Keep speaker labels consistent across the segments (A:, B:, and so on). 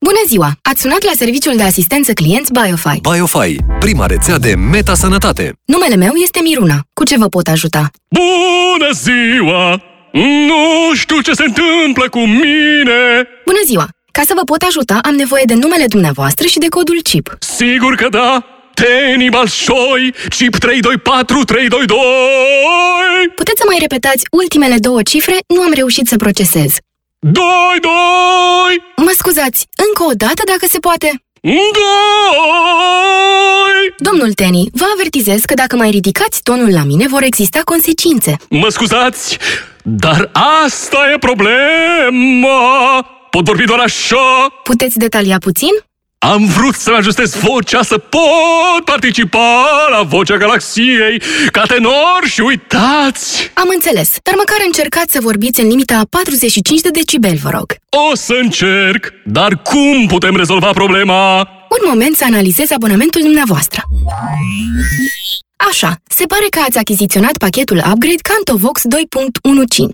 A: Bună ziua! Ați sunat la serviciul de asistență clienți Biofy.
B: Biofy, prima rețea de meta-sănătate.
A: Numele meu este Miruna. Cu ce vă pot ajuta?
C: Bună ziua! Nu știu ce se întâmplă cu mine!
A: Bună ziua! Ca să vă pot ajuta, am nevoie de numele dumneavoastră și de codul CIP.
C: Sigur că da! Teni Balșoi, chip 324322!
A: Puteți să mai repetați ultimele două cifre? Nu am reușit să procesez.
C: 22!
A: Mă scuzați, încă o dată dacă se poate?
C: 2!
A: Domnul Teni, vă avertizez că dacă mai ridicați tonul la mine, vor exista consecințe.
C: Mă scuzați, dar asta e problema! Pot vorbi doar așa?
A: Puteți detalia puțin?
C: Am vrut să-mi ajustez vocea să pot participa la Vocea Galaxiei ca tenor și uitați!
A: Am înțeles, dar măcar încercați să vorbiți în limita a 45 de decibeli, vă rog.
C: O să încerc, dar cum putem rezolva problema?
A: Un moment să analizez abonamentul dumneavoastră. Așa, se pare că ați achiziționat pachetul upgrade Cantovox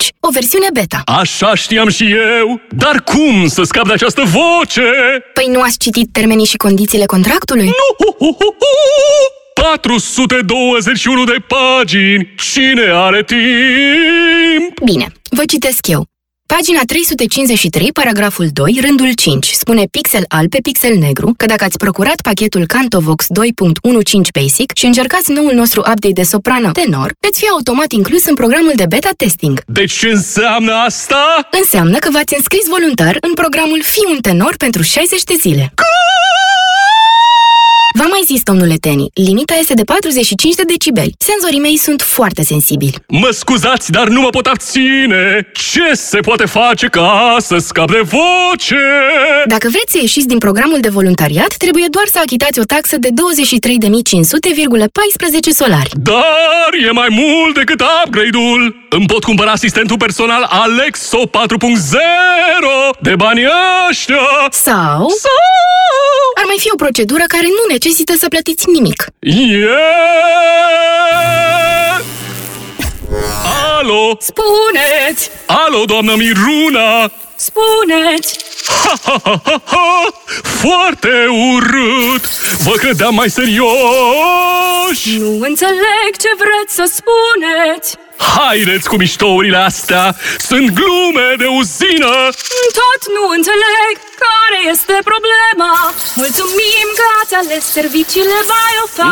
A: 2.15, o versiune beta.
C: Așa știam și eu, dar cum să scap de această voce?
A: Păi nu ați citit termenii și condițiile contractului?
C: Nu! 421 de pagini! Cine are timp?
A: Bine, vă citesc eu. Pagina 353, paragraful 2, rândul 5, spune pixel alb pe pixel negru că dacă ați procurat pachetul Cantovox 2.15 Basic și încercați noul nostru update de soprană tenor, veți fi automat inclus în programul de beta testing.
C: Deci ce înseamnă asta?
A: Înseamnă că v-ați înscris voluntar în programul Fi un tenor pentru 60 de zile. V-am mai zis, domnule Teni, limita este de 45 de decibeli. Senzorii mei sunt foarte sensibili.
C: Mă scuzați, dar nu mă pot abține! Ce se poate face ca să scap de voce?
A: Dacă vreți să ieșiți din programul de voluntariat, trebuie doar să achitați o taxă de 23.500,14 solari.
C: Dar e mai mult decât upgrade-ul! Îmi pot cumpăra asistentul personal Alexo 4.0 de banii ăștia!
A: Sau
C: Sau...
A: ar mai fi o procedură care nu necesită să plătiți nimic.
C: E... Alo!
A: Spuneți!
C: Alo, doamnă Miruna!
A: Spuneți!
C: Ha, ha, ha, ha, ha! Foarte urât! Vă credeam mai serioși!
A: Nu înțeleg ce vreți să spuneți!
C: Haideți cu miștourile astea! Sunt glume de uzină!
D: Tot nu înțeleg care este problema Mulțumim că ați ales serviciile BioFi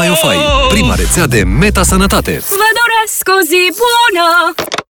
B: Biofy, prima rețea de meta-sănătate.
D: Vă doresc o zi bună